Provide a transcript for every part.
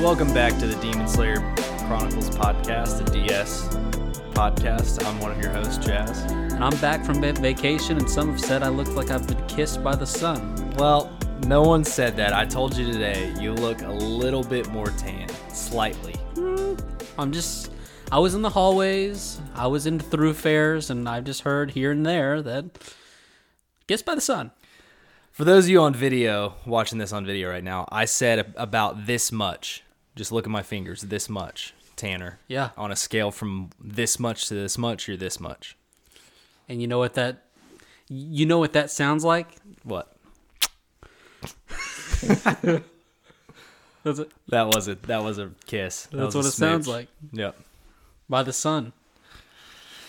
Welcome back to the Demon Slayer Chronicles podcast, the DS podcast. I'm one of your hosts, Jazz. And I'm back from va- vacation, and some have said I look like I've been kissed by the sun. Well, no one said that. I told you today, you look a little bit more tan, slightly. I'm just, I was in the hallways, I was in thoroughfares, and I've just heard here and there that kissed by the sun. For those of you on video, watching this on video right now, I said ab- about this much. Just look at my fingers, this much, Tanner. Yeah. On a scale from this much to this much, you're this much. And you know what that, you know what that sounds like? What? That's, it, That was a that was a kiss. That was that's what a it sounds smooch. like Yep. by the sun.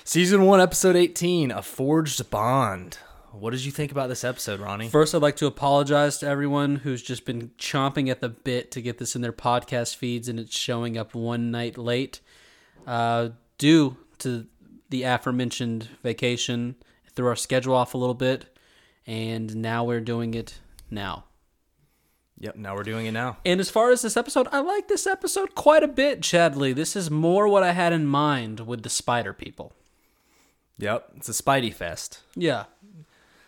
Season 1, Episode 18 A Forged Bond. What did you think about this episode, Ronnie? First, I'd like to apologize to everyone who's just been chomping at the bit to get this in their podcast feeds, and it's showing up one night late uh, due to the aforementioned vacation. Threw our schedule off a little bit, and now we're doing it now. Yep, now we're doing it now. And as far as this episode, I like this episode quite a bit, Chadley. This is more what I had in mind with the spider people. Yep, it's a Spidey Fest. Yeah.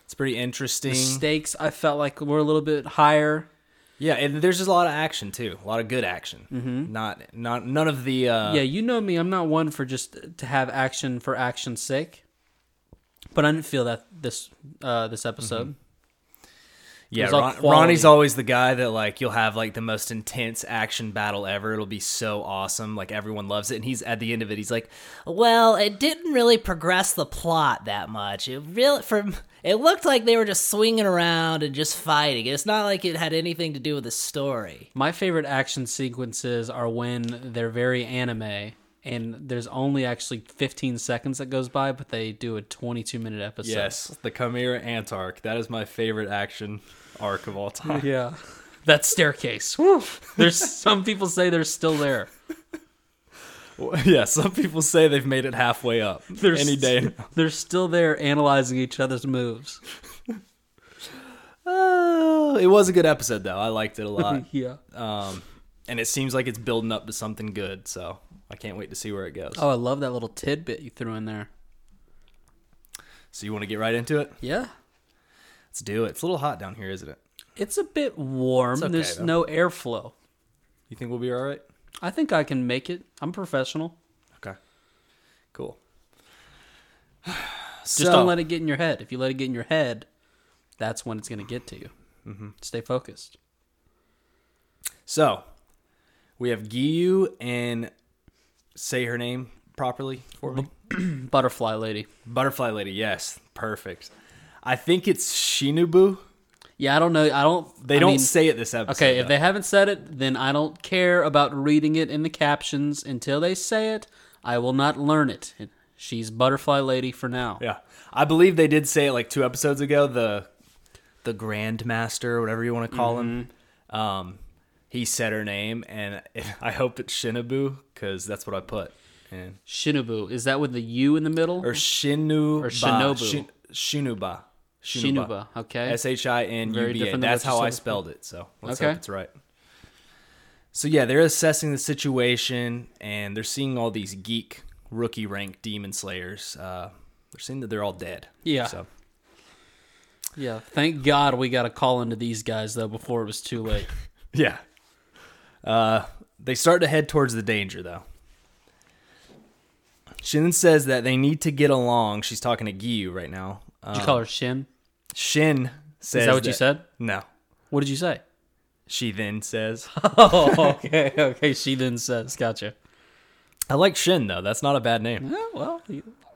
It's pretty interesting. The stakes, I felt like, were a little bit higher. yeah, and there's just a lot of action too. A lot of good action. Mm-hmm. Not not none of the uh yeah, you know me. I'm not one for just to have action for action's sake. But I didn't feel that this uh, this episode. yeah, was all Ron- quality. Ronnie's always the guy that like you'll have like the most intense action battle ever. It'll be so awesome. Like everyone loves it and he's at the end of it he's like, Well, it didn't really progress the plot that much. It really from it looked like they were just swinging around and just fighting. It's not like it had anything to do with the story. My favorite action sequences are when they're very anime and there's only actually 15 seconds that goes by, but they do a 22 minute episode. "Yes, the Chimera Ant arc. That is my favorite action arc of all time." Yeah. That staircase. Woo. There's some people say they're still there. Yeah, some people say they've made it halfway up They're any day. st- they're still there analyzing each other's moves. Oh, it was a good episode though. I liked it a lot, Yeah. um, and it seems like it's building up to something good. So I can't wait to see where it goes. Oh, I love that little tidbit you threw in there. So you want to get right into it? Yeah. Let's do it. It's a little hot down here, isn't it? It's a bit warm. okay, There's though. no airflow. You think we'll be all right? I think I can make it. I'm professional. Okay, cool. Just don't let it get in your head. If you let it get in your head, that's when it's going to get to you. Mm-hmm. Stay focused. So we have Giyu and say her name properly for me. Butterfly lady. Butterfly Lady. Yes, perfect. I think it's Shinobu. Yeah, I don't know. I don't. They I don't mean, say it this episode. Okay, if though. they haven't said it, then I don't care about reading it in the captions until they say it. I will not learn it. She's butterfly lady for now. Yeah, I believe they did say it like two episodes ago. The the Grand Master, whatever you want to call Mm-hmm. him, um, he said her name, and I hope it's Shinobu because that's what I put. And Shinobu. Is that with the U in the middle? or Shinu Or Shinobu. Shinuba Shinuba. Okay. S H I N U Very B A. different than That's what you how said I before. spelled it. So let's Okay. hope it's right. So yeah, they're assessing the situation and they're seeing all these geek rookie rank demon slayers. Uh, they're seeing that they're all dead. Yeah. So Yeah. Thank God we got a call into these guys though before it was too late. yeah. Uh, they start to head towards the danger though. Shin says that they need to get along. She's talking to Giyu right now. Did Uh, you call her Shin? Shin says Is that what you said? No. What did you say? She then says, Oh, okay, okay. She then says, "Gotcha." "I like Shin though. That's not a bad name." Yeah, well,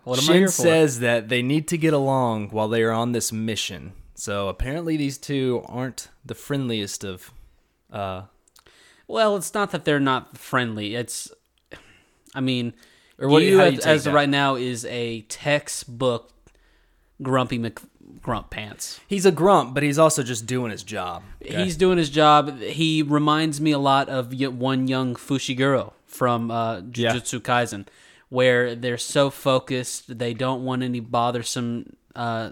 what am I Shin here for? says that they need to get along while they are on this mission. So apparently, these two aren't the friendliest of. Uh, well, it's not that they're not friendly. It's, I mean, Or what do you- you how do as, you take as of that? right now is a textbook grumpy Mc, grump pants. he's a grump, but he's also just doing his job. He's doing his job. He reminds me a lot of y- one young Fushiguro from uh, Yeah. Jujutsu Kaisen, where they're so focused, they don't want any bothersome uh,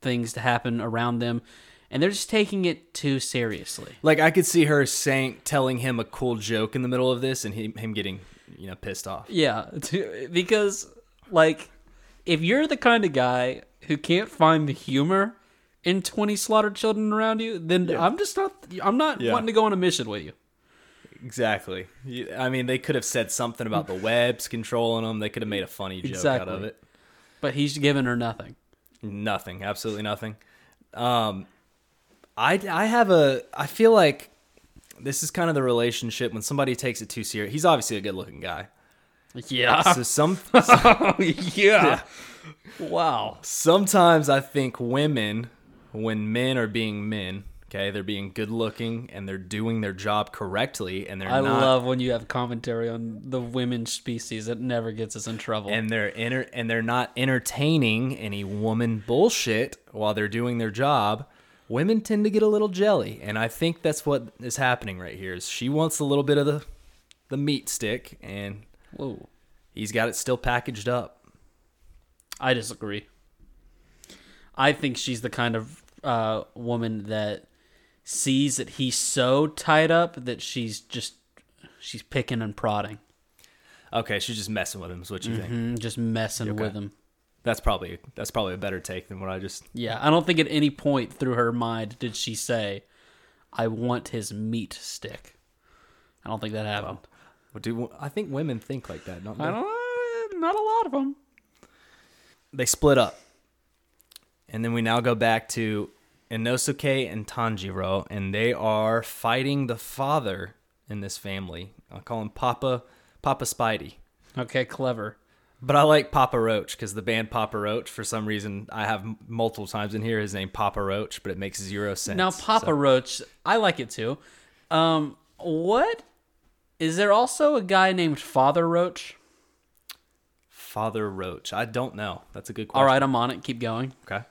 things to happen around them, and they're just taking it too seriously. Like I could see her saying, telling him a cool joke in the middle of this, and him, him getting, you know, pissed off. Yeah, to, because like if you're the kind of guy who can't find the humor in 20 slaughtered children around you, then I'm just not I'm not Yeah. wanting to go on a mission with you. Exactly. You- I mean, they could have said something about the webs controlling them. They could have made a funny joke out of Exactly. it. But he's giving her nothing. Nothing. Absolutely nothing. Um, I I have a. I feel like this is kind of the relationship when somebody takes it too serious. He's obviously a good-looking guy. Yeah. So some yeah. Wow. sometimes I think women, when men are being men, okay, they're being good looking and they're doing their job correctly and they're I not love when you have commentary on the women species. It never gets us in trouble. and they're enter- and they're not entertaining any woman bullshit while they're doing their job. Women tend to get a little jelly, and I think that's what is happening right here. Is she wants a little bit of the the meat stick, and Whoa. he's got it still packaged up. I disagree. I think she's the kind of uh, woman that sees that he's so tied up that she's just she's picking and prodding, Okay, she's just messing with him. Is what you think? and just messing with him. That's probably that's probably a better take than what I just Yeah, I don't think at any point through her mind did she say, "I want his meat stick." I don't think that happened. Well, Do I think women think like that? Don't they? I don't. uh, Not a lot of them. They split up, and then we now go back to Inosuke and Tanjiro, and they are fighting the father in this family. I call him Papa Papa Spidey, Okay, clever. but I like Papa Roach because the band Papa Roach, for some reason, I have m- multiple times in here his name Papa Roach, but it makes zero sense. Now, Papa Roach, I like it too. Um, what is there also a guy named Father Roach? Father Roach, I don't know. That's a good question. All right, I'm on it. Keep going. Okay.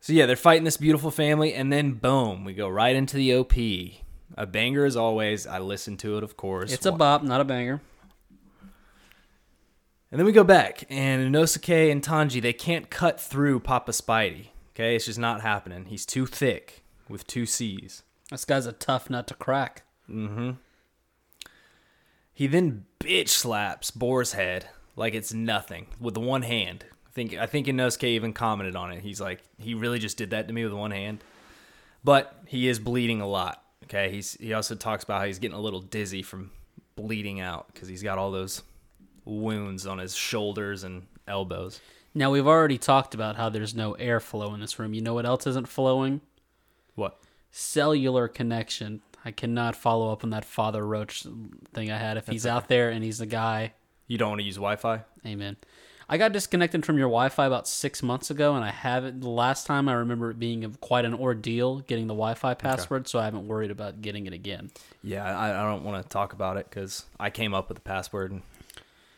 So yeah, they're fighting this beautiful family, and then boom, we go right into the OP. A banger as always. I listen to it, of course. It's a bop, not a banger. and then we go back, and Inosuke and Tanji they can't cut through Papa Spidey. Okay, it's just not happening. He's too thick with two C's. This guy's a tough nut to crack. He then bitch slaps Boar's head like it's nothing with the one hand. I think I think Inosuke even commented on it. He's like, he really just did that to me with one hand. But he is bleeding a lot. Okay, he's he also talks about how he's getting a little dizzy from bleeding out because he's got all those wounds on his shoulders and elbows. Now we've already talked about how there's no airflow in this room. You know what else isn't flowing? What? Cellular connection. I cannot follow up on that Father Roach thing I had. If he's out there and he's the guy, You don't want to use Wi-Fi? Amen. I got disconnected from your Wi-Fi about six months ago, and I haven't. The last time I remember it being of quite an ordeal getting the Wi-Fi password, so I haven't worried about getting it again. Yeah, I, I don't want to talk about it because I came up with the password. And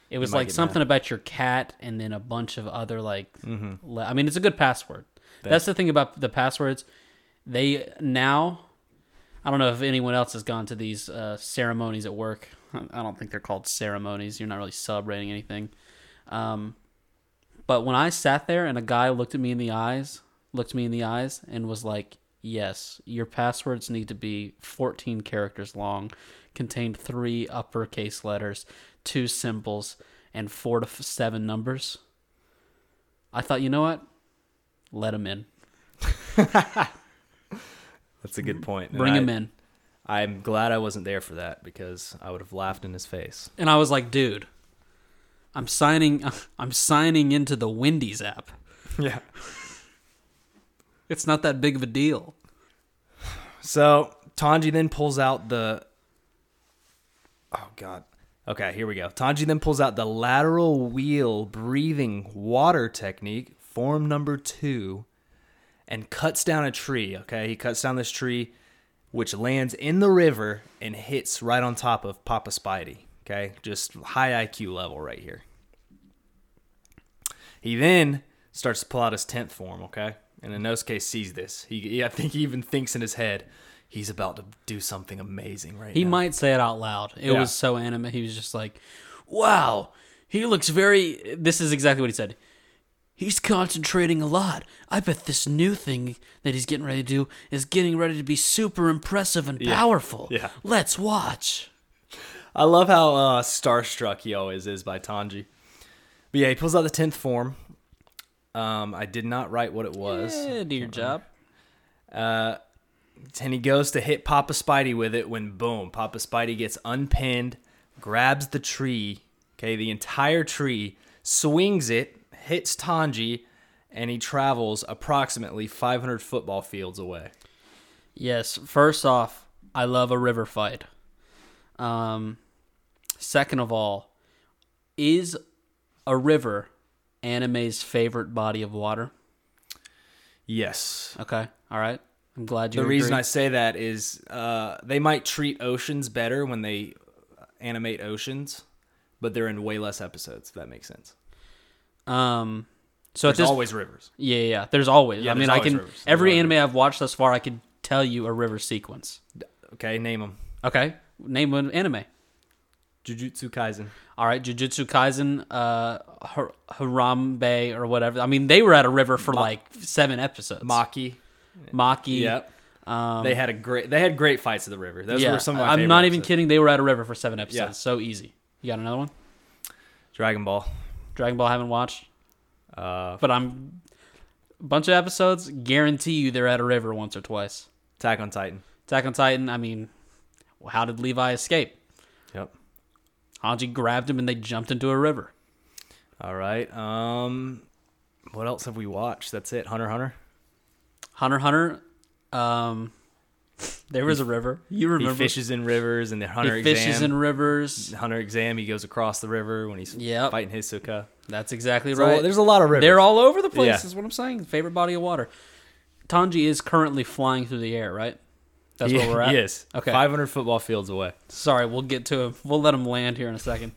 It was might like get something about your cat, and then a bunch of other like. Mm-hmm. le- I mean, it's a good password. That's the thing about the passwords. They now, I don't know if anyone else has gone to these uh, ceremonies at work. I I don't think they're called ceremonies. You're not really celebrating anything. Um, But when I sat there and a guy looked at me in the eyes, looked me in the eyes, and was like, Yes, your passwords need to be 14 characters long, contain three uppercase letters, two symbols, and four to f- seven numbers. I thought, you know what? Let him in. That's a good point. Mm, Bring him him in. I'm glad I wasn't there for that because I would have laughed in his face. And I was like, dude, I'm signing I'm signing into the Wendy's app. Yeah. It's not that big of a deal. So Tanji then pulls out the. Oh God. Okay, here we go. Tanji then pulls out the lateral wheel breathing water technique, form number two, and cuts down a tree. Okay, he cuts down this tree, which lands in the river and hits right on top of Papa Spidey. Okay, just high IQ level right here. He then starts to pull out his tenth form, okay? And Inosuke sees this. He, he- I think he even thinks in his head, he's about to do something amazing right He now. might say it out loud. It Yeah. was so anime. He was just like, "Wow, he looks very." This is exactly what he said. he's concentrating a lot. I bet this new thing that he's getting ready to do is getting ready to be super impressive and powerful. Yeah. Let's watch. I love how uh, starstruck he always is by Tanji. But yeah, he pulls out the tenth form. Um, I did not write what it was. do your job. and he goes to hit Papa Spidey with it when boom, Papa Spidey gets unpinned, grabs the tree, okay, the entire tree, swings it, hits Tanji, and he travels approximately 500 football fields away. Yes. First off, I love a river fight. Um, second of all, is a river anime's favorite body of water? Yes. Okay. All right. I'm glad you. The reason agree. I say that is uh, they might treat oceans better when they animate oceans, but they're in way less episodes, if that makes sense. Um, so at There's this, always rivers. yeah, yeah, yeah, there's always. I there's mean, I always can rivers. There's every always anime I've watched thus far, I could tell you a river sequence. Okay, name them. Okay, name one anime. Jujutsu Kaisen. All right, Jujutsu Kaisen, uh, Har- Harambe or whatever. I mean, they were at a river for like seven episodes. Maki. Maki. Yep. they had a great. They had great fights at the river. Those um, Yeah, were some of my. I'm favorite not even episodes. kidding. They were at a river for seven episodes. Yeah. So easy. You got another one? Dragon Ball. Dragon Ball I haven't watched. Uh, but I'm bunch of episodes. Guarantee you they're at a river once or twice. Attack on Titan. Attack on Titan. I mean, how did Levi escape? Yep. Hanji grabbed him and they jumped into a river. All right. Um, what else have we watched? That's it. Hunter x Hunter. Hunter x Hunter. Um, there was a river. You remember? He fishes in rivers and the Hunter He exam. fishes in rivers. Hunter exam. He goes across the river when he's Yep. fighting Hisoka. That's exactly So, right. There's a lot of rivers. They're all over the place. Yeah. Is what I'm saying. Favorite body of water. Tanji is currently flying through the air, right? That's where we're at. Yes. Okay. 500 football fields away. Sorry, we'll get to him. We'll let him land here in a second.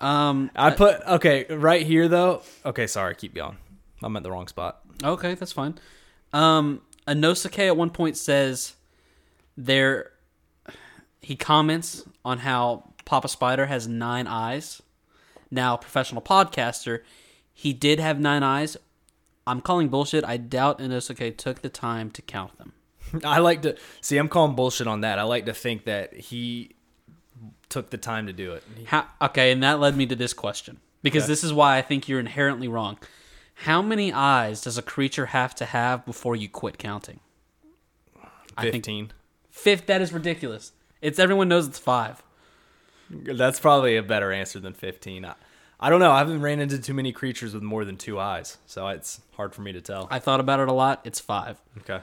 Um. I put okay right here though. Okay, sorry. Keep going. I'm at the wrong spot. Okay, that's fine. Um. Inosuke at one point says there. He comments on how Papa Spider has nine eyes. Now, professional podcaster, he did have nine eyes. I'm calling bullshit. I doubt Inosuke took the time to count them. I like to see. I'm calling bullshit on that. I like to think that he took the time to do it. How, okay, and that led me to this question because this is why I think you're inherently wrong. How many eyes does a creature have to have before you quit counting? I think- Fifteen. Fifth, that is ridiculous. It's everyone knows it's five. That's probably a better answer than fifteen. I, I don't know. I haven't ran into too many creatures with more than two eyes, so it's hard for me to tell. I thought about it a lot. It's five Okay.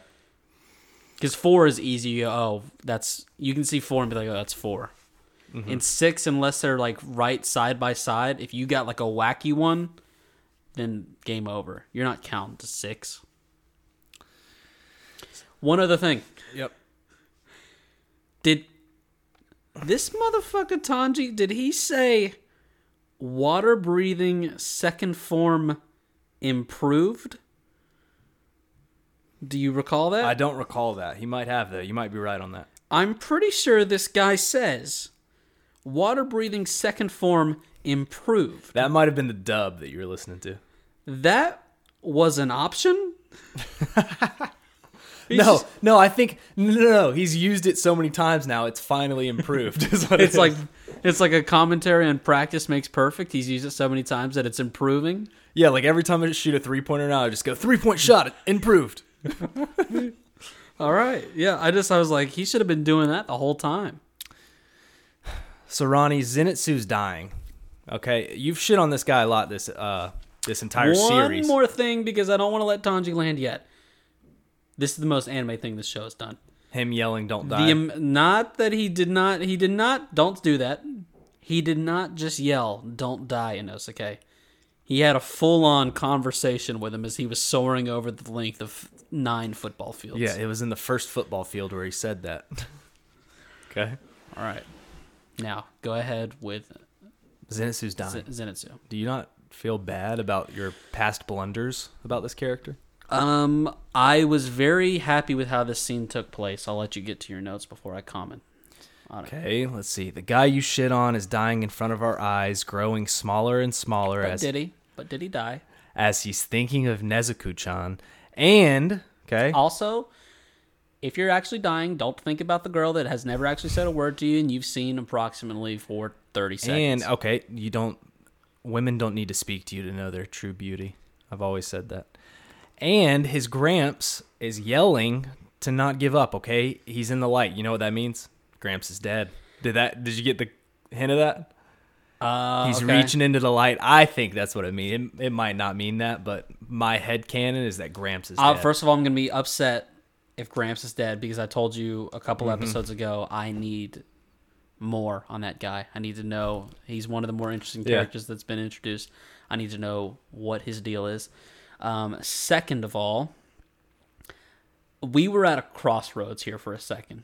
because four is easy. You go, oh, that's you can see four and be like, oh, that's 4 And six, unless they're like right side by side, if you got like a wacky one, then game over. You're not counting to six. One other thing. Yep. Did this motherfucker Tanji, did he say water breathing second form improved? Do you recall I that? don't recall that. He might have though. You might be right on that. I, am pretty sure this guy says water breathing second form improved. That might have been the dub that you were listening to. That was an option? He's no, just- no. I think no, no, no. He's used it so many times now. It's finally improved. is what it It's like is. it's like a commentary on practice makes perfect. He's used it so many times that it's improving. yeah, like every time I shoot a three pointer now, I just go three point shot improved. All right. Yeah, I just I was like he should have been doing that the whole time. So Ronnie, Zenitsu's dying. Okay, you've shit on this guy a lot this uh this entire One series. more thing because I don't want to let Tanji land yet. This is the most anime thing this show has done. Him yelling, "Don't The die!" am- not that he did not he did not don't do that. He did not just yell "Don't die" Inosuke. He had a full on conversation with him as he was soaring over the length of nine football fields. yeah, it was in the first football field where he said that. okay, All right. Now go ahead with Zenitsu's dying. Z- Zenitsu. Do you not feel bad about your past blunders about this character? Um, I was very happy with how this scene took place. I'll let you get to your notes before I comment. Okay, let's see. The guy you shit on is dying in front of our eyes, growing smaller and smaller But as did he? But did he die? as he's thinking of Nezuko-chan, and okay, Also, if you're actually dying, don't think about the girl that has never actually said a word to you and you've seen approximately for 30 seconds. and okay, you don't. Women don't need to speak to you to know their true beauty. I've always said that. And his Gramps is yelling to not give up. Okay, he's in the light. You know what that means? Gramps is dead. Did that? Did you get the hint of that? Uh, He's okay. reaching into the light. I think that's what it means. It, it might not mean that, but my head canon is that Gramps is Uh, dead. first of all, I'm going to be upset if Gramps is dead because I told you a couple Mm-hmm. episodes ago I need more on that guy. I need to know he's one of the more interesting Yeah. characters that's been introduced. I need to know what his deal is. Um, second of all, we were at a crossroads here for a second.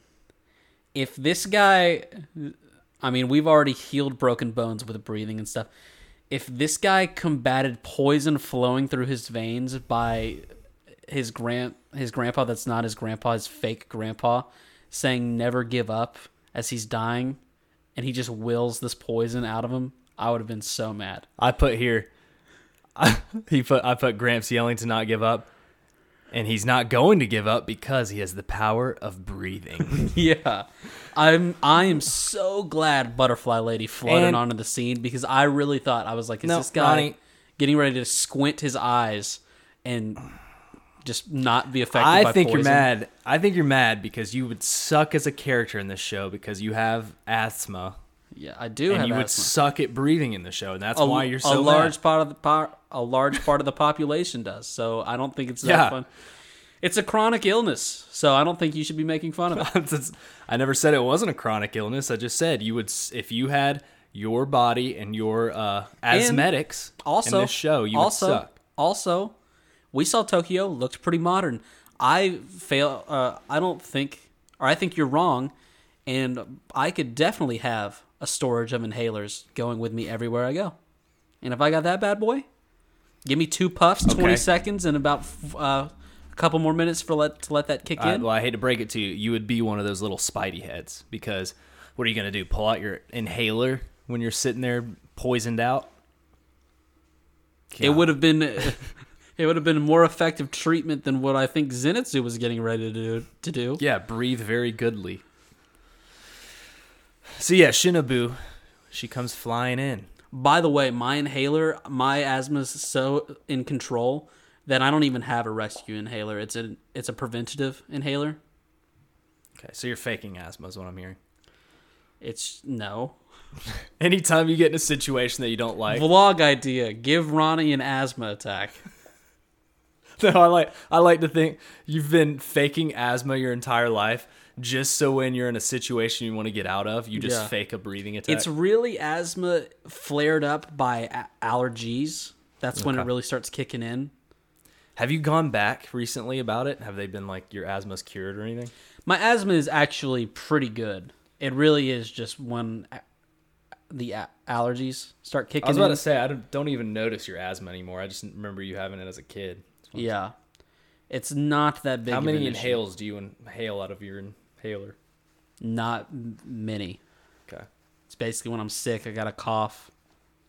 If this guy, I mean, we've already healed broken bones with breathing and stuff. If this guy combated poison flowing through his veins by his grand his grandpa that's not his grandpa his fake grandpa saying never give up as he's dying and he just wills this poison out of him i would have been so mad I put here. he put. I put Gramps yelling to not give up, and he's not going to give up because he has the power of breathing. yeah i'm i am so glad butterfly lady flooded And- onto the scene because i really thought i was like is No, this guy Ronnie. getting ready to squint his eyes and just not be affected I by think poison? you're mad. I think you're mad because you would suck as a character in this show because you have asthma yeah i do and have you would asthma. suck at breathing in the show, and that's a, why you're a so large mad. part of the po- a large part of the population does. So I don't think it's that Yeah. fun. It's a chronic illness, so I don't think you should be making fun of it. It's- I never said it wasn't a chronic illness. I just said you would s- if you had your body and your uh, asthmetics Also, in this show, you also would suck. also we saw Tokyo looked pretty modern. I fail. Uh, I don't think, or I think you're wrong, and I could definitely have a storage of inhalers going with me everywhere I go. And if I got that bad boy, give me two puffs, twenty Okay. seconds, and about f- uh, a couple more minutes for let to let that kick I, in. well, I hate to break it to you, you would be one of those little Spidey heads because what are you gonna do? Pull out your inhaler when you're sitting there poisoned out? It would have been it would have been a more effective treatment than what I think Zenitsu was getting ready to do. To do. Yeah, breathe very goodly. So yeah, Shinobu, she comes flying in. By the way, my inhaler, my asthma is so in control that I don't even have a rescue inhaler. It's a it's a preventative inhaler. Okay, so you're faking asthma is what I'm hearing. It's no Anytime you get in a situation that you don't like, vlog idea. Give Ronnie an asthma attack. No, I like I like to think you've been faking asthma your entire life just so when you're in a situation you want to get out of, you just Yeah. fake a breathing attack. It's really asthma flared up by a- allergies. That's when it really starts kicking in. Have you gone back recently about it? Have they been like your asthma's cured or anything? My asthma is actually pretty good. It really is just when a- the a- allergies start I kicking was about to in. say I don't, don't even notice your asthma anymore. I just remember you having it as a kid. yeah. It's not that big. How of many an issue. inhales do you inhale out of your inhaler? Not m- many. Okay. It's basically when I'm sick, I got a cough,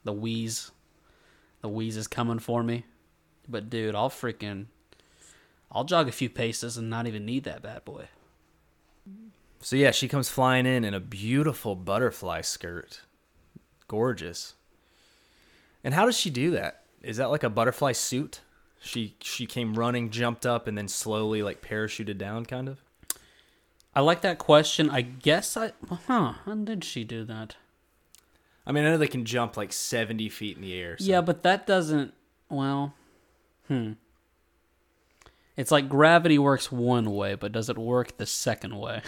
the wheeze, the wheeze is coming for me. But dude, I'll freaking, I'll jog a few paces and not even need that bad boy. So yeah, she comes flying in in a beautiful butterfly skirt. Gorgeous. And how does she do that? Is that like a butterfly suit? She she came running, jumped up and then slowly like parachuted down kind of. I like that question. I guess I, huh? How did she do that? I mean, I know they can jump like 70 feet in the air. So. Yeah, but that doesn't. Well, hmm. It's like gravity works one way, but does it work the second way?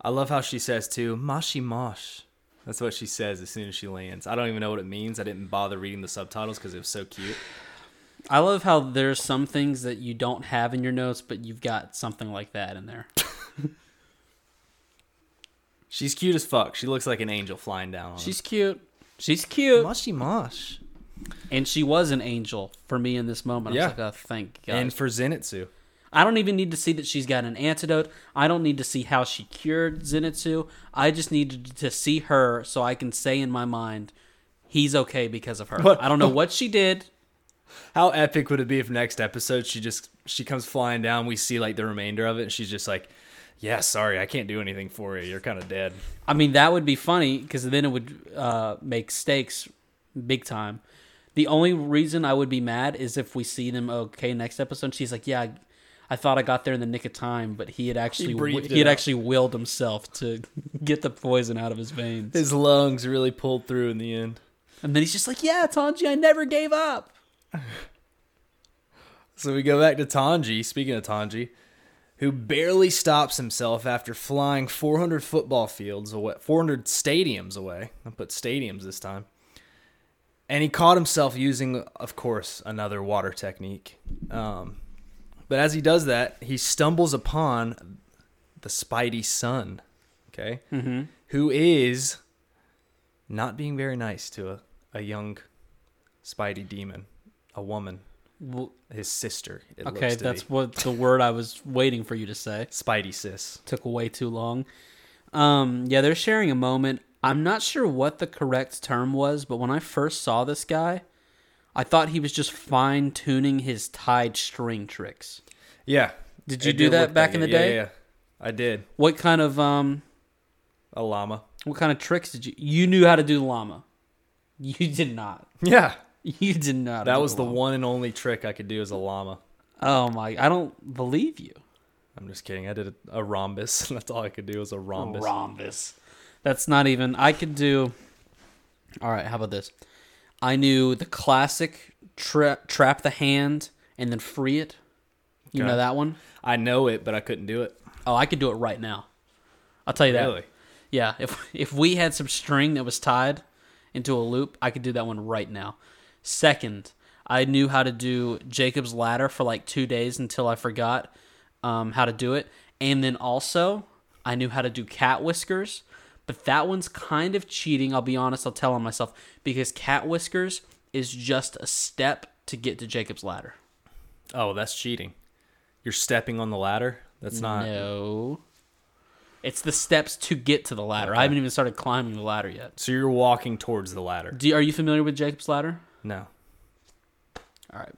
I love how she says too, "Mashi mosh." That's what she says as soon as she lands. I don't even know what it means. I didn't bother reading the subtitles cuz it was so cute. I love how there's some things that you don't have in your notes, but you've got something like that in there. She's cute as fuck. She looks like an angel flying down on She's cute. She's cute. Mashi mosh. And she was an angel for me in this moment. I Yeah. was like, oh, thank God. And for Zenitsu. I don't even need to see that she's got an antidote. I don't need to see how she cured Zenitsu. I just needed to see her so I can say in my mind, he's okay because of her. What- I don't know what she did. How epic would it be if next episode she just she comes flying down, we see like the remainder of it, and she's just like, "Yeah, sorry, I can't do anything for you. You're kind of dead." I mean, that would be funny because then it would uh, make stakes big time. The only reason I would be mad is if we see them. Okay, next episode, she's like, "Yeah, I, I thought I got there in the nick of time, but he had actually breathed he, it had out." actually willed himself to get the poison out of his veins." His lungs really pulled through in the end. And then he's just like, "Yeah, Tanji, I never gave up." So we go back to Tanji, speaking of Tanji, who barely stops himself after flying 400 football fields away, 400 stadiums away. I put stadiums this time. And he caught himself using, of course, another water technique. Um, but as he does that, he stumbles upon the Spidey son, okay? Mm-hmm. is not being very nice to a, a young Spidey demon, a woman Well, his sister. It okay, looks to that's be. what the word I was waiting for you to say. Spidey sis. took way too long. Um, yeah, they're sharing a moment. I'm not sure what the correct term was, but when I first saw this guy, I thought he was just fine tuning his tied string tricks. Yeah. Did you It do did that look back like in it. the Yeah, day? Yeah, yeah. I did. What kind of um, A llama. what kind of tricks did you? You knew how to do llama. You did not. Yeah. You did not. That do was the llama. one and only trick I could do as a llama. Oh my! I don't believe you. I'm just kidding. I did a, a rhombus. That's all I could do was a rhombus. Rhombus. That's not even. I could do. All right, how about this? I knew the classic tra- trap the hand and then free it. You Okay. know that one? I know it, but I couldn't do it. Oh, I could do it right now. I'll tell you that. Really? Yeah, if if we had some string that was tied into a loop, I could do that one right now. Second, I knew how to do Jacob's ladder for like two days until I forgot um, how to do it, and then also I knew how to do cat whiskers, but that one's kind of cheating. I'll be honest. I'll tell on myself because cat whiskers is just a step to get to Jacob's ladder. Oh, that's cheating. You're stepping on the ladder. That's not. No. It's the steps to get to the ladder. I haven't even started climbing the ladder yet. So you're walking towards the ladder. Do, are you familiar with Jacob's Ladder? No. All right.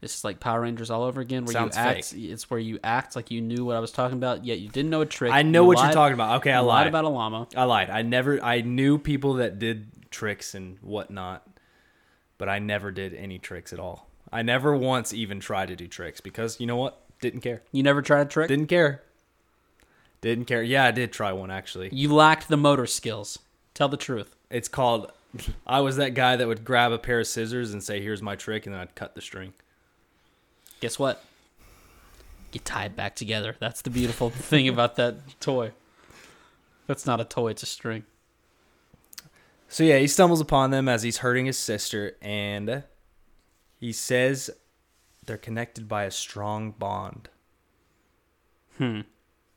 This is like Power Rangers all over again, where Sounds you act. It's where you act like you knew what I was talking about, yet you didn't know a trick. I know You what you're lied- talking about. Okay, I you lied. about a llama. I lied. I never. I knew people that did tricks and whatnot, but I never did any tricks at all. I never once even tried to do tricks because you know what? Didn't care. You never tried a trick. Didn't care. Didn't care. Yeah, I did try one actually. you lacked the motor skills. Tell the truth. It's called. I was that guy that would grab a pair of scissors and say, "Here's my trick," and then I'd cut the string. Guess what? You tied back together. That's the beautiful thing about that toy. That's not a toy. It's a string. So yeah, he stumbles upon them as he's hurting his sister, and he says they're connected by a strong bond. Hmm.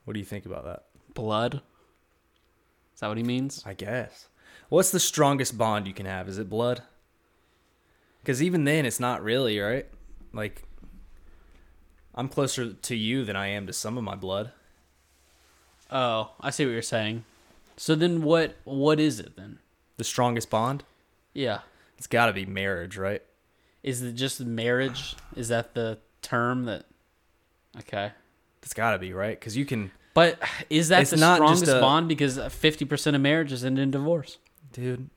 What do you think about that? Blood. Is that what he means? I guess. What's the strongest bond you can have? Is it blood? Because even then, it's not really, right? Like, I'm closer to you than I am to some of my blood. Oh, I see what you're saying. So then, what? What is it then? The strongest bond? Yeah. It's got to be marriage, right? Is it just marriage? Is that the term that? Okay, It's got to be, right? Because you can. but is that It's the not just strongest a- bond? Because fifty percent of marriages end in divorce. Dude,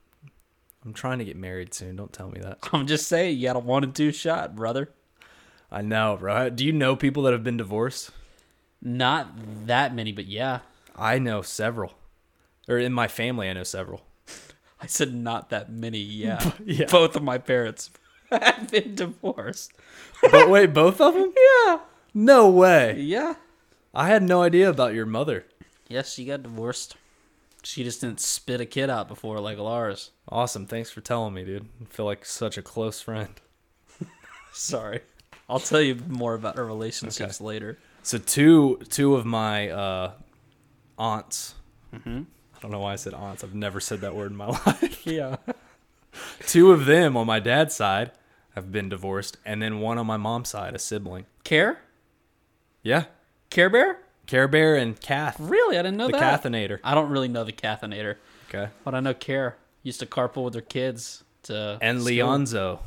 I'm trying to get married soon. Don't tell me that. I'm just saying, you got a one and two shot, brother. I know, right? Do you know people that have been divorced? Not that many, but yeah, I know several. Or in my family, I know several. I said not that many. Yeah, Yeah. both of my parents have been divorced. but wait, both of them? Yeah, No way. yeah. I had no idea about your mother. Yes, she got divorced. She just didn't spit a kid out before like Lara's. Awesome. Thanks for telling me, dude. I feel like such a close friend. Sorry, I'll tell you more about her relationships later. So two two of my uh, aunts. I don't know why I said aunts. I've never said that word in my life. Yeah. two of them on my dad's side have been divorced, and then one on my mom's side, a sibling. Care? Yeah, Care Bear? Care Bear and Kath, Really? I didn't know the that. Kathinator. I don't really know the Cathinator, Okay, but I know Care used to carpool with her kids to and school. Leonzo,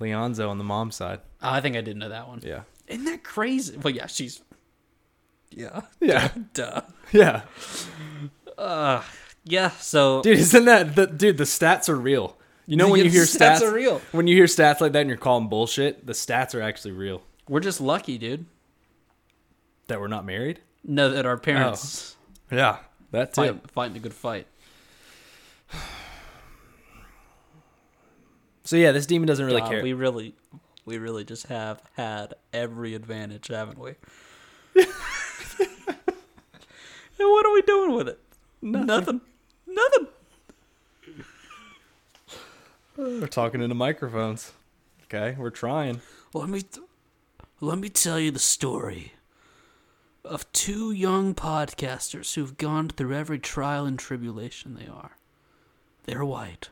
Leonzo on the mom side. Oh, I think I did know that one. Yeah. Isn't that crazy? Well, yeah, she's. Yeah. Yeah. Duh. Yeah. Yeah. So Dude, isn't that the dude, the stats are real. You know when Yeah, you the hear stats stats, are real. When you hear stats like that and you're calling bullshit, the stats are actually real. we're just lucky, dude. That we're not married? Know that our parents Yeah. That's it. fight, fighting a good fight. So yeah, this demon doesn't really God, care. Uh, We really, we really just have had every advantage, haven't we? and what are we doing with it? Nothing. Nothing. Nothing. We're talking into microphones. Okay, we're trying. Let me th- let me tell you the story of two young podcasters who've gone through every trial and tribulation they are. They're white.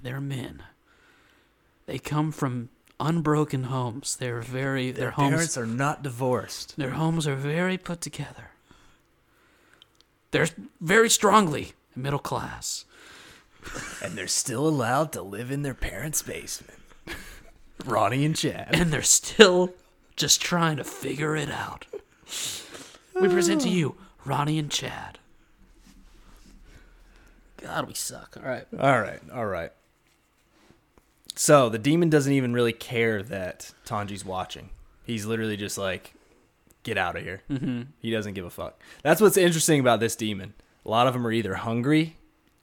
They're men. They come from unbroken homes. They're very their, homes are not divorced. their homes are very put together. They're very strongly middle class. And they're still allowed to live in their parents' basement. Ronnie and Chad. and they're still just trying to figure it out. We present to you Ronnie and Chad. God, we suck. All right. All right, all right. So the demon doesn't even really care that Tanji's watching. He's literally just like, get out of here. Mm-hmm. He doesn't give a fuck. That's what's interesting about this demon. A lot of them are either hungry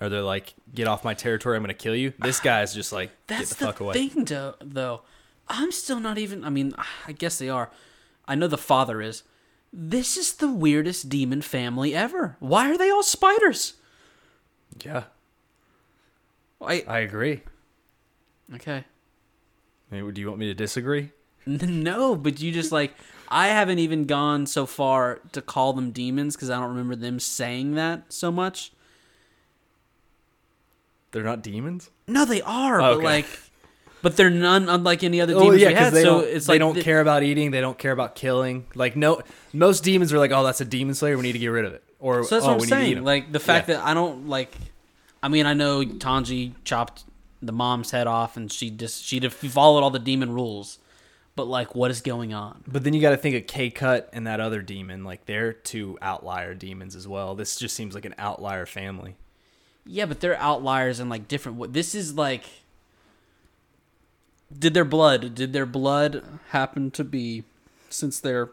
or they're like, get off my territory, I'm going to kill you. This guy's just like, That's get the, the, fuck away. thing, though, though. I'm still not even. I mean, I guess they are. I know the father is. This is the weirdest demon family ever. Why are they all spiders? Yeah, I, I agree. okay. I mean, do you want me to disagree? No, but you just like I haven't even gone so far to call them demons because I don't remember them saying that so much. They're not demons. No, they are, but Okay. like, but they're none unlike any other demons we had. Oh, they so don't, it's they like don't th- care about eating. They don't care about killing. Like no, most demons are like, oh, that's a demon slayer. We need to get rid of it. Or So that's oh, we need what I'm to eat saying. 'em." Like the fact Yeah. that I don't like. I mean, I know Tanji chopped the mom's head off, and she just she def- followed all the demon rules. But like, what is going on? But then you got to think of K Cut and that other demon. Like they're two outlier demons as well. This just seems like an outlier family. Yeah, but they're outliers and like different. What this is like? Did their blood? Did their blood happen to be, since their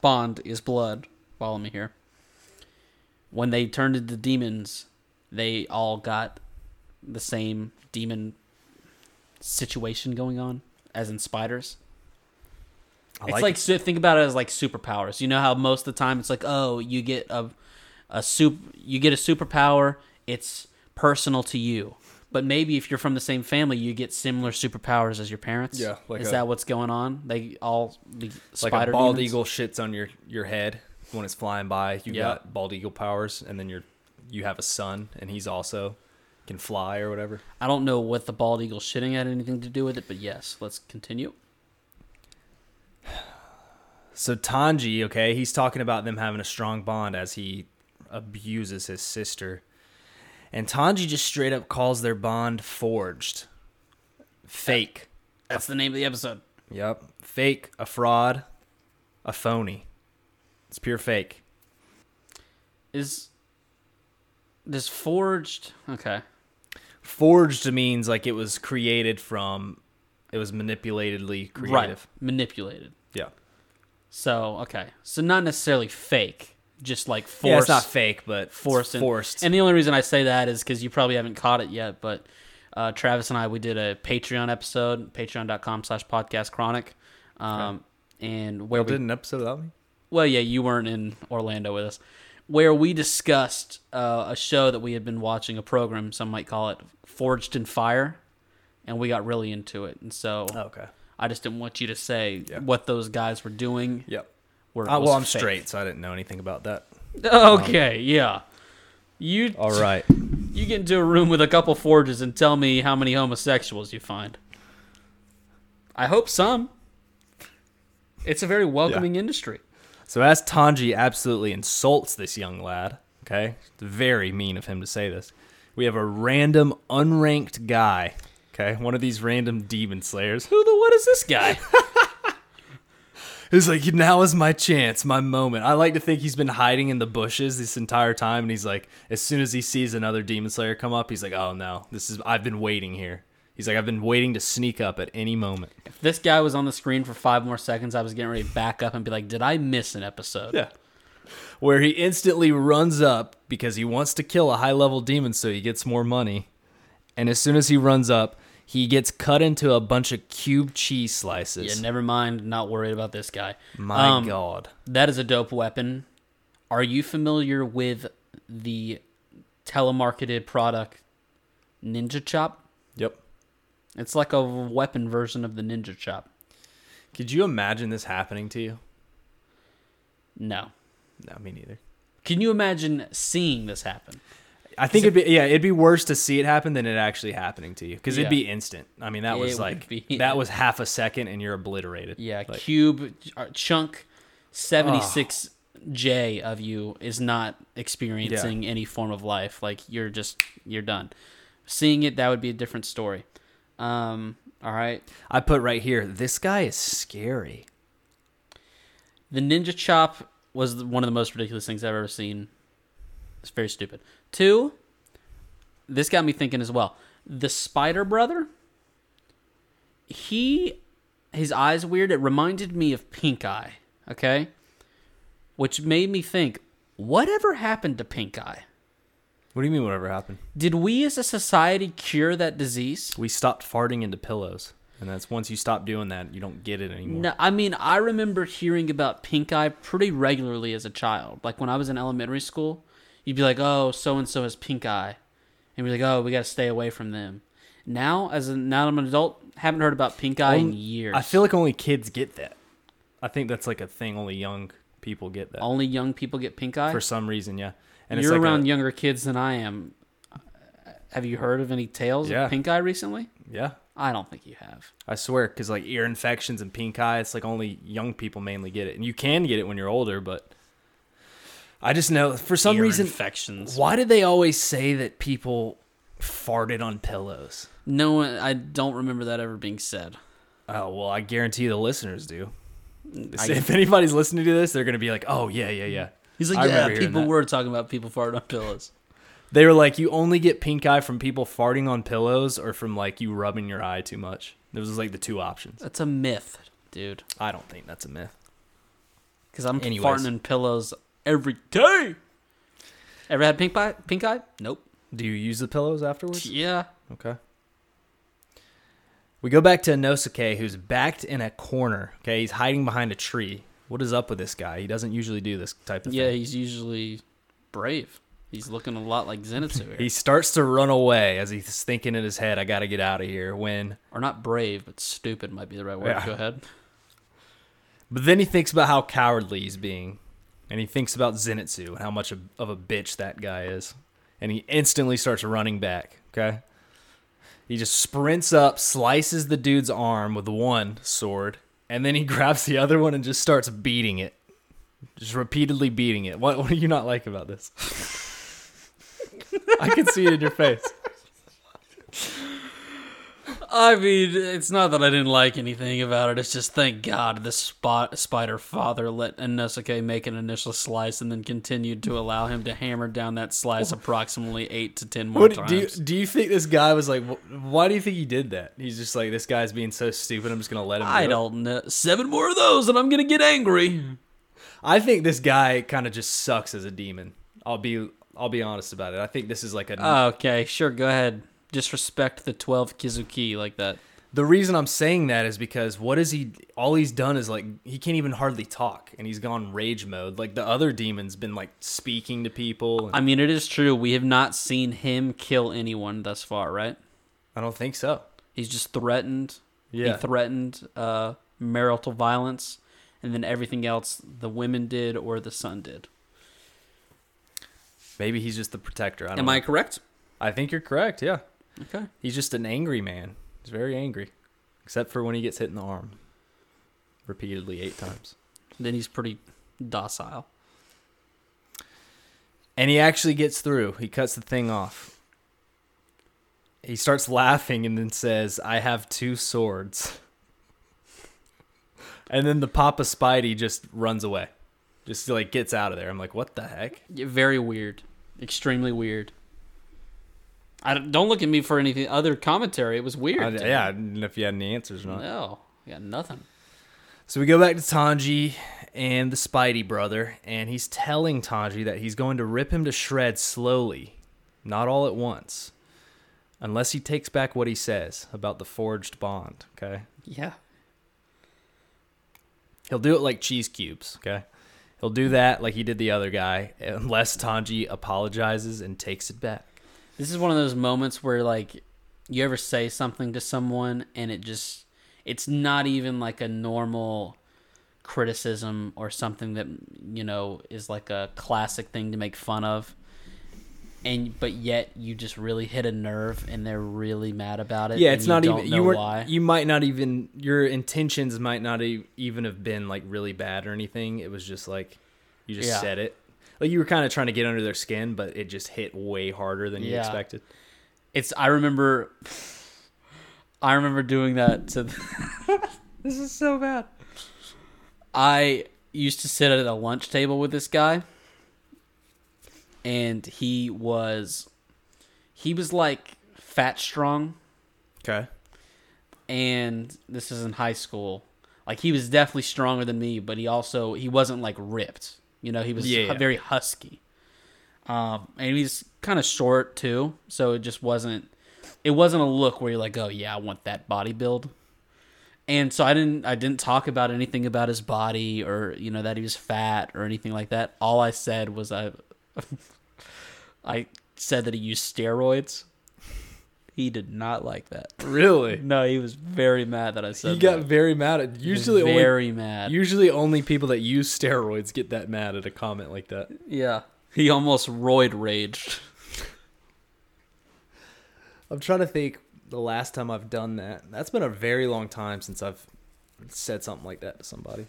bond is blood? Follow me here. When they turned into demons, they all got the same demon situation going on, as in spiders. I It's like like it. su- think about it as like superpowers. You know how most of the time it's like, oh, you get a a soup, you get a superpower. It's personal to you, but maybe if you're from the same family, you get similar superpowers as your parents. Yeah, like is a- that what's going on? They all the like spider a bald demons? eagle shits on your your head when it's flying by. You Yeah. got bald eagle powers, and then you're you have a son, and he's also can fly or whatever. I don't know what the bald eagle shitting had anything to do with it, but yes, let's continue. So Tanji, okay, he's talking about them having a strong bond as he abuses his sister. And Tanji just straight up calls their bond forged. Fake. That's the name of the episode. Yep. Fake, a fraud, a phony. It's pure fake. Is this forged? Okay. Forged means like it was created from it was manipulatedly creative. Right. Manipulated. Yeah. So okay, so not necessarily fake, just like forced, Yeah, it's not fake, but it's forced, and- forced. And the only reason I say that is because you probably haven't caught it yet, but uh, Travis and I we did a Patreon episode, Patreon.com/slash Podcast Chronic, um, and where Y'all we did an episode without me? well, yeah, you weren't in Orlando with us, where we discussed uh, a show that we had been watching, a program some might call it Forged in Fire, and we got really into it, and so. Okay. I just didn't want you to say Oh. Yeah. what those guys were doing. Yep. Were, Uh, was well, I'm fake. straight, so I didn't know anything about that. Okay, yeah. You Um, All right. you get into a room with a couple forges and tell me how many homosexuals you find. I hope some. It's a very welcoming industry. So as Tanji absolutely insults this young lad, okay, it's very mean of him to say this. We have a random unranked guy, Okay, one of these random demon slayers. Who the what is this guy? He's like, now is my chance, my moment. I like to think he's been hiding in the bushes this entire time, and he's like, as soon as he sees another demon slayer come up, he's like, oh no, this is I've been waiting here. He's like, I've been waiting to sneak up at any moment. if this guy was on the screen for five more seconds, I was getting ready to back up and be like, did I miss an episode? Yeah. Where he instantly runs up because he wants to kill a high level demon so he gets more money. And as soon as he runs up, he gets cut into a bunch of cube cheese Yeah, slices. never mind. Not worried about this guy. My Um, God. That is a dope weapon. Are you familiar with the telemarketed product Ninja Chop? Yep. It's like a weapon version of the Ninja Chop. Could you imagine this happening to you? No. No, me neither. Can you imagine seeing this happen? I think it'd be yeah, it'd be worse to see it happen than it actually happening to you because Yeah. it'd be instant. I mean, that It was would like be- that was half a second and you're obliterated. Yeah, Like, cube uh, chunk 76J of you is not experiencing any form of life. Like you're just you're done. Seeing it that would be a different story. Um all right. I put right here. This guy is scary. The ninja chop was the- one of the most ridiculous things I've ever seen. It's very stupid. Two, this got me thinking as well. The Spider Brother, he, his eyes weird. It reminded me of Pink Eye. Okay, which made me think, whatever happened to Pink Eye? What do you mean? Whatever happened? Did we as a society cure that disease? We stopped farting into pillows, and that's once you stop doing that, you don't get it anymore. No, I mean, I remember hearing about pink eye pretty regularly as a child. Like when I was in elementary school, you'd be like, "Oh, so and so has pink eye," and be like, "Oh, we got to stay away from them." Now, as a, now I'm an adult, haven't heard about pink eye in Only- years. I feel like only kids get that. I think that's like a thing. Only young people get that only young people get pink eye. for some reason. Yeah, and You're it's like around a- younger kids than I am. Have you heard of any tales Yeah. of pink eye recently? yeah. I don't think you have. I swear, because like ear infections and pink eye, it's like only young people mainly get it, and you can get it when you're older. But I just know for some Ear reason, infections. why did they always say that people farted on pillows? No, one- I don't remember that ever being said. Oh well, I guarantee the listeners do. if anybody's listening to this, they're gonna be like, "Oh yeah, yeah, yeah." He's like, I yeah, remember hearing people that." were talking about people farting on pillows. They were like, "You only get pink eye from people farting on pillows, or from like you rubbing your eye too much." Those was like the two options. That's a myth, dude. I don't think that's a myth. Because I'm Anyways. farting in pillows every day. Ever had pink eye? Pink eye? Nope. Do you use the pillows afterwards? Yeah. Okay. We go back to Inosuke, who's backed in a corner. Okay, he's hiding behind a tree. What is up with this guy? He doesn't usually do this type of Yeah, thing. he's usually brave. He's looking a lot like Zenitsu here. He starts to run away as he's thinking in his head, I gotta get out of here. When, or not brave, but stupid might be the right word. Yeah. Go ahead. but then he thinks about how cowardly he's being, and he thinks about Zenitsu and how much of, of a bitch that guy is, and he instantly starts running back. Okay, he just sprints up, slices the dude's arm with one sword, and then he grabs the other one and just starts beating it. just repeatedly beating it. What, what do you not like about this? I can see it in your face. I mean, it's not that I didn't like anything about it. It's just thank God this spot, spider father let Inosuke make an initial slice and then continued to allow him to hammer down that slice approximately eight to ten more What times. do you, do you think this guy was like? wh- Why do you think he did that? He's just like this guy's being so stupid. I'm just gonna let him. I do it." don't know. Seven more of those, and I'm gonna get angry. I think this guy kind of just sucks as a demon. I'll be I'll be honest about it. I think this is like Uh, a okay, sure. Go ahead. Disrespect the twelve Kizuki like that. the reason I'm saying that is because what is he? All he's done is like he can't even hardly talk, and he's gone rage mode. Like the other demon's been like speaking to people. and- I mean, it is true. We have not seen him kill anyone thus far, right? I don't think so. He's just threatened. Yeah. He threatened uh, marital violence, and then everything else the women did or the son did. Maybe he's just the protector. I don't Am know. I correct? I think you're correct. Yeah, Okay. he's just an angry man. He's very angry, except for when he gets hit in the arm repeatedly eight times. Then he's pretty docile. And he actually gets through. He cuts the thing off. he starts laughing and then says, "I have two swords." And then the Papa Spidey just runs away, just like gets out of there. I'm like, what the heck? Yeah, Very weird. Extremely weird. I don't, don't look at me for anything other commentary. It was weird. I, dude. yeah, I didn't know if you had any answers or not. No, I got nothing. So we go back to Tanji and the Spidey brother, and he's telling Tanji that he's going to rip him to shreds slowly, not all at once, unless he takes back what he says about the forged bond. Okay. Yeah. He'll do it like cheese cubes, okay? He'll do that like he did the other guy, unless Tanji apologizes and takes it back. This is one of those moments where like you ever say something to someone and it just it's not even like a normal criticism or something that you know is like a classic thing to make fun of. And but yet you just really hit a nerve and they're really mad about it. Yeah, and it's not you don't even know you were why. you might not even your intentions might not e- even have been like really bad or anything. It was just like you just Yeah. said it. Like you were kind of trying to get under their skin, but it just hit way harder than you Yeah. expected. It's I remember I remember doing that to This is so bad. I used to sit at a lunch table with this guy and he was he was like fat strong Okay. and this is in high school. Like he was definitely stronger than me, but he also he wasn't like ripped. You know, he was Yeah, hu- yeah. very husky. Um, and he's kind of short too, so it just wasn't. It wasn't a look where you're like, oh yeah, I want that body build. And so I didn't I didn't talk about anything about his body or you know that he was fat or anything like that. All I said was I I said that he used steroids. He did not like that. Really? No, he was very mad that I said You got that. very mad at He was usually only very mad. usually only people that use steroids get that mad at a comment like that. yeah, he almost roid raged. I'm trying to think the last time I've done that. That's been a very long time since I've said something like that to somebody.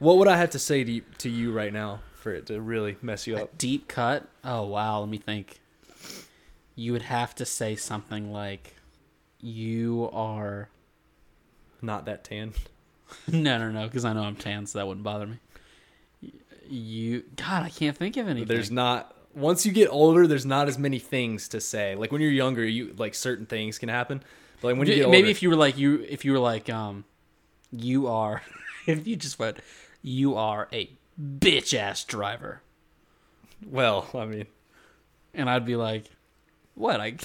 What would I have to say to you, to you right now for it to really mess you up? Deep cut. Oh wow, let me think. You would have to say something like, "You are." Not that tan. No, no, no, because I know I'm tan, so that wouldn't bother me. Y- You, God, I can't think of anything. There's not once you get older, there's not as many things to say. Like when you're younger, you like certain things can happen. But like when you get older, Maybe if you were like you, if you were like, um, you are, if you just went, you are a bitch ass driver. well, I mean, and I'd be like, "What? I,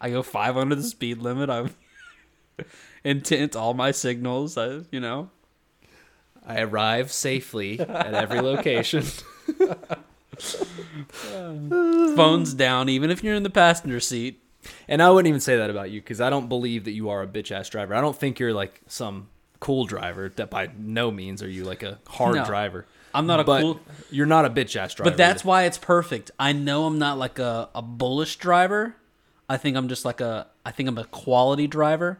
I go five under the speed limit. I'm intent all my signals. I, you know, I arrive safely at every location. phones down, even if you're in the passenger seat. And I wouldn't even say that about you because I don't believe that you are a bitch ass driver. I don't think you're like some cool driver. That by no means are you like a hard No. driver. I'm not a but cool- You're not a bitch ass driver. But that's why it's perfect. I know I'm not like a a bullish driver. I think I'm just like a. I think I'm a quality driver,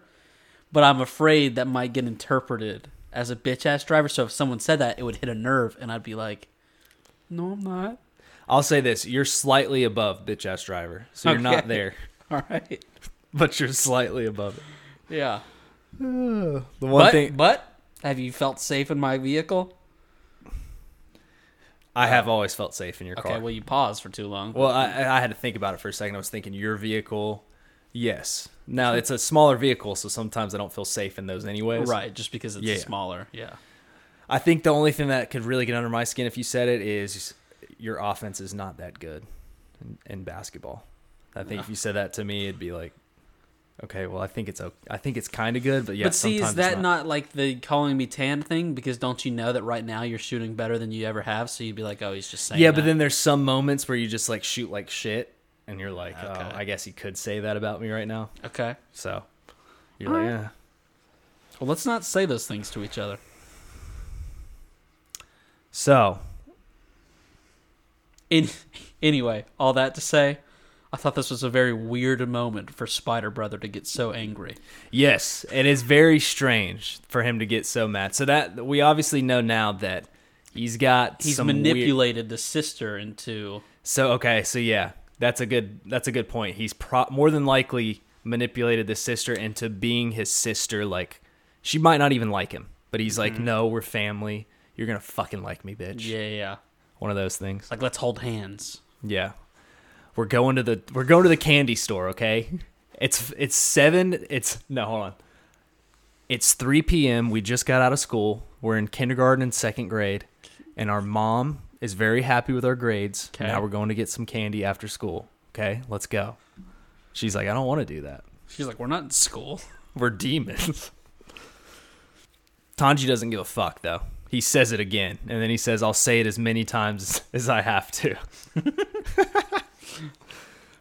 but I'm afraid that might get interpreted as a bitch ass driver. So if someone said that, it would hit a nerve, and I'd be like, "No, I'm not." I'll say this: you're slightly above bitch ass driver, so you're not Okay. there, All right. but you're slightly above it. Yeah. The one but, thing but have you felt safe in my vehicle? I have always felt safe in your Okay, car. well you paused for too long. Well, I, I I had to think about it for a second. I was thinking your vehicle. Yes. Now it's a smaller vehicle, so sometimes I don't feel safe in those anyways. right, just because it's Yeah. smaller. Yeah. I think the only thing that could really get under my skin if you said it is your offense is not that good in, in basketball. I think if you said that to me, it'd be like, okay, well, I think it's o- I think it's kind of good, but yeah, but see, sometimes is it's that not. not. like the calling me tan thing? Because don't you know that right now you're shooting better than you ever have? So you'd be like, oh, he's just saying. Yeah, but that. then there's some moments where you just like shoot like shit, and you're like, Okay. oh, I guess he could say that about me right now. okay. So you're like, yeah, Well, let's not say those things to each other. so In anyway, all that to say, I thought this was a very weird moment for Spider Brother to get so angry. Yes, it is very strange for him to get so mad. So that we obviously know now that he's got He's some weird- manipulated the sister into So okay, so yeah, That's a good. That's a good point. He's pro- more than likely manipulated the sister into being his sister. Like she might not even like him, but he's like, "No, we're family. You're gonna fucking like me, bitch." Yeah, yeah. One of those things. Like let's hold hands. Yeah. We're going to the we're going to the candy store, okay? It's it's 7 it's no, hold on. It's 3 p.m. We just got out of school. We're in kindergarten and second grade and our mom is very happy with our grades. Okay. Now we're going to get some candy after school. Okay? Let's go. She's like, "I don't want to do that. She's like, we're not in school. We're demons." Tanji doesn't give a fuck though. He says it again, and then he says, "I'll say it as many times as I have to."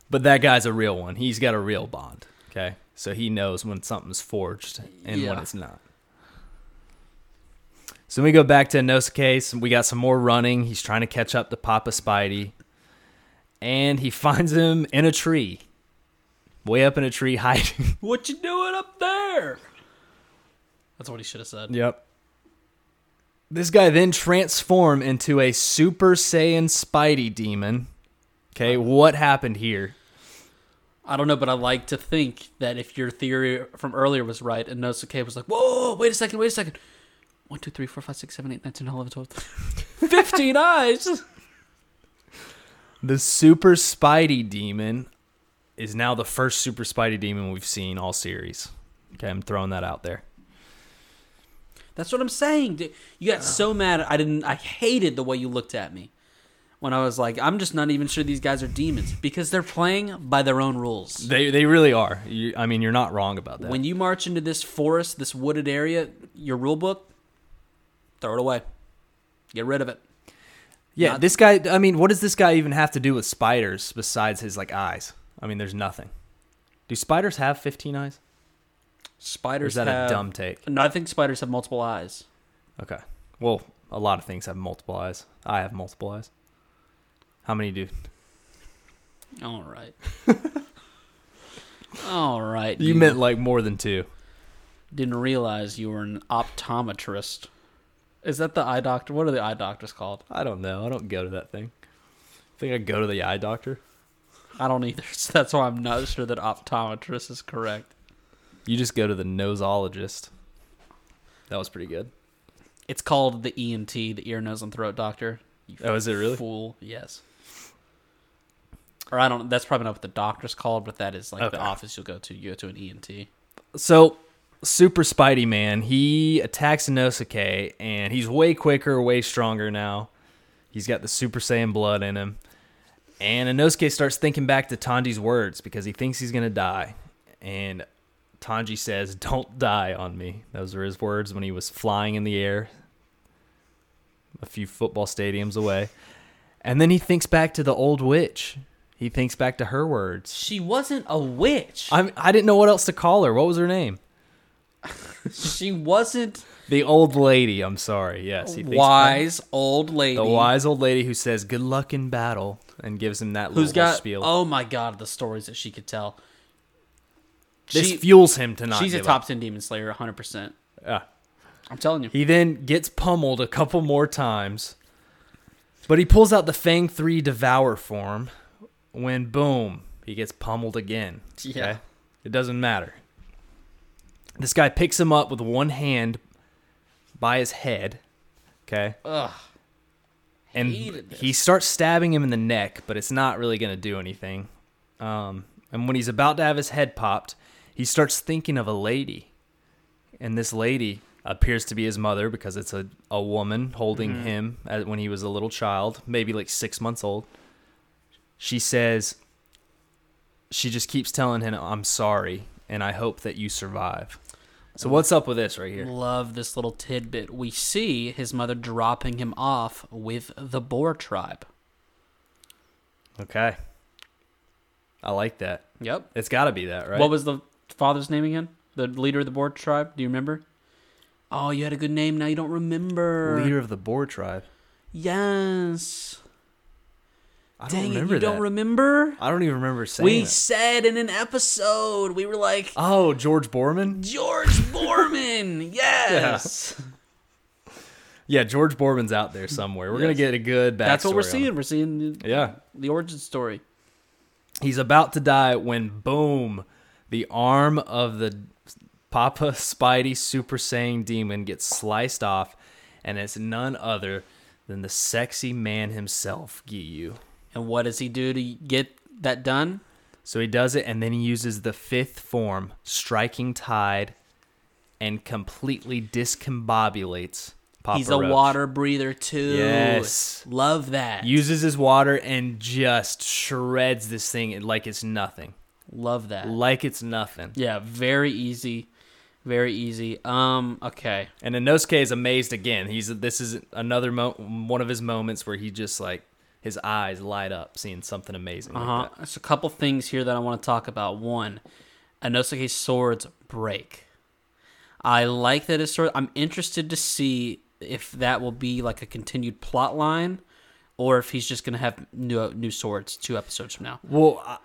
But that guy's a real one. He's got a real bond. Okay. So he knows when something's forged and when Yeah. it's not. So we go back to Inosuke's. We got some more running. He's trying to catch up to Papa Spidey. And he finds him in a tree, way up in a tree, hiding. What you doing up there? That's what he should have said. Yep. This guy then transformed into a Super Saiyan Spidey demon. Okay. What happened here? I don't know, but I like to think that if your theory from earlier was right, and Nosuke was like, "Whoa, wait a second, wait a second, one, two, three, four, five, six, seven, eight, nine, ten, eleven, twelve, fifteen eyes." The Super Spidey Demon is now the first Super Spidey Demon we've seen all series. Okay, I'm throwing that out there. That's what I'm saying. dude. You got so mad. I didn't. I hated the way you looked at me when I was like, "I'm just not even sure these guys are demons because they're playing by their own rules." They they really are. You, I mean, you're not wrong about that. When you march into this forest, this wooded area, your rule book, throw it away. Get rid of it. yeah, not- this guy. I mean, what does this guy even have to do with spiders besides his like eyes? I mean, there's nothing. Do spiders have 15 eyes? Or Spiders is that have- a dumb take? No, I think spiders have multiple eyes. Okay. Well, a lot of things have multiple eyes. I have multiple eyes. How many do? All right. All right. You meant like more than two. didn't realize you were an optometrist. Is that the eye doctor? What are the eye doctors called? I don't know. I don't go to that thing. I think I go to the eye doctor. I don't either. So that's why I'm not sure that optometrist is correct. You just go to the nosologist. That was pretty good. It's called the ENT, the ear, nose, and throat doctor. You Oh, is it really? Fool. Yes. Or I don't. That's probably not what the doctor's called, but that is like Okay. the office you'll go to. You go to an E ENT. So, Super Spidey Man, he attacks Inosuke, and he's way quicker, way stronger now. He's got the Super Saiyan blood in him. And Inosuke starts thinking back to Tanji's words because he thinks he's going to die. And Tanji says, Don't die on me. Those were his words when he was flying in the air a few football stadiums away. And then he thinks back to the old witch. He thinks back to her words. She wasn't a witch. I'm, I didn't know what else to call her. What was her name? she wasn't The old lady. I'm sorry. Yes. He thinks wise old lady. The wise old lady who says "Good luck in battle" and gives him that who's little got spiel. oh my god the stories that she could tell this she- fuels him to not. she's a give top up. 10 demon slayer 100% Yeah. i'm telling you He then gets pummeled a couple more times, but he pulls out the Fang Three Devour form. When boom, he gets pummeled again. Yeah. it doesn't matter. This guy picks him up with one hand by his head. Okay. Ugh. and Hated this. he starts stabbing him in the neck, but it's not really going to do anything. Um, and when he's about to have his head popped, he starts thinking of a lady, and this lady appears to be his mother because it's a, a woman holding Mm-hmm. him at, when he was a little child, maybe like six months old. She says, she just keeps telling him, "I'm sorry, and I hope that you survive." So what's up with this right here? love this little tidbit we see his mother dropping him off with the boar tribe Okay, I like that. yep It's got to be that, right? what was the father's name again the leader of the boar tribe do you remember oh you had a good name now you don't remember leader of the Boar tribe. yes I dang don't it remember you that. don't remember I don't even remember saying we that. said in an episode we were like Oh, George Borman. George Borman. Yes. Yeah, George Borman's out there somewhere. We're gonna Yes. get a good. Backstory That's what we're on seeing. him. We're seeing the, Yeah, the origin story. He's about to die when boom, the arm of the Papa Spidey Super Saiyan demon gets sliced off, and it's none other than the sexy man himself, Giyu. And what does he do to get that done? So he does it, and then he uses the fifth form, Striking Tide, and completely discombobulates Papa He's a Roach. water breather too. Yes. Love that. Uses his water and just shreds this thing like it's nothing. Love that. Like it's nothing. Yeah, very easy. Very easy. Um, okay. And Inosuke is amazed again. He's this is another mo- one of his moments where he just like his eyes light up seeing something amazing Uh-huh. like that. There's a couple things here that I want to talk about. One, Inosuke's swords break. I like that his sword. I'm interested to see if that will be like a continued plot line, or if he's just gonna have new new swords two episodes from now. Well, I-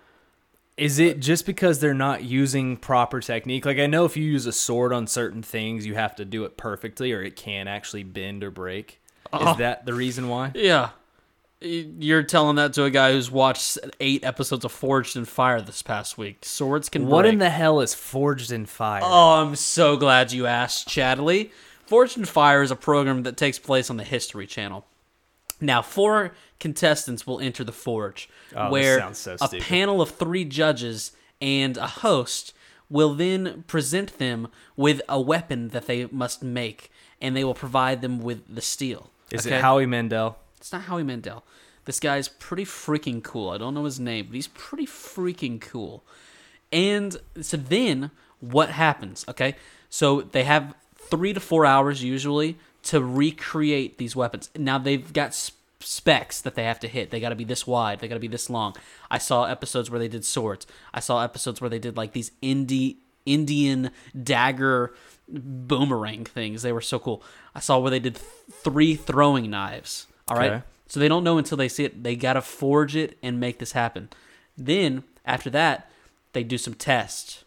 is it just because they're not using proper technique? Like I know if you use a sword on certain things, you have to do it perfectly or it can actually bend or break. Uh-huh. Is that the reason why? Yeah, Y- you're telling that to a guy who's watched eight episodes of Forged in Fire this past week. Swords can What break. in the hell is forged in fire? Oh, I'm so glad you asked, Chadley. Fortune Fire is a program that takes place on the History Channel. Now, four contestants will enter the Forge, Oh, this where sounds so a stupid. panel of three judges and a host will then present them with a weapon that they must make, and they will provide them with the steel. Is Okay? it Howie Mandel? It's not Howie Mandel. This guy's pretty freaking cool. I don't know his name, but he's pretty freaking cool. And so then what happens? Okay. So they have three to four hours usually to recreate these weapons. Now they've got sp- specs that they have to hit. They got to be this wide. They got to be this long. I saw episodes where they did swords. I saw episodes where they did like these indie Indian dagger boomerang things. They were so cool. I saw where they did th- three throwing knives. All right. Okay. So they don't know until they see it. They got to forge it and make this happen. Then after that, they do some tests.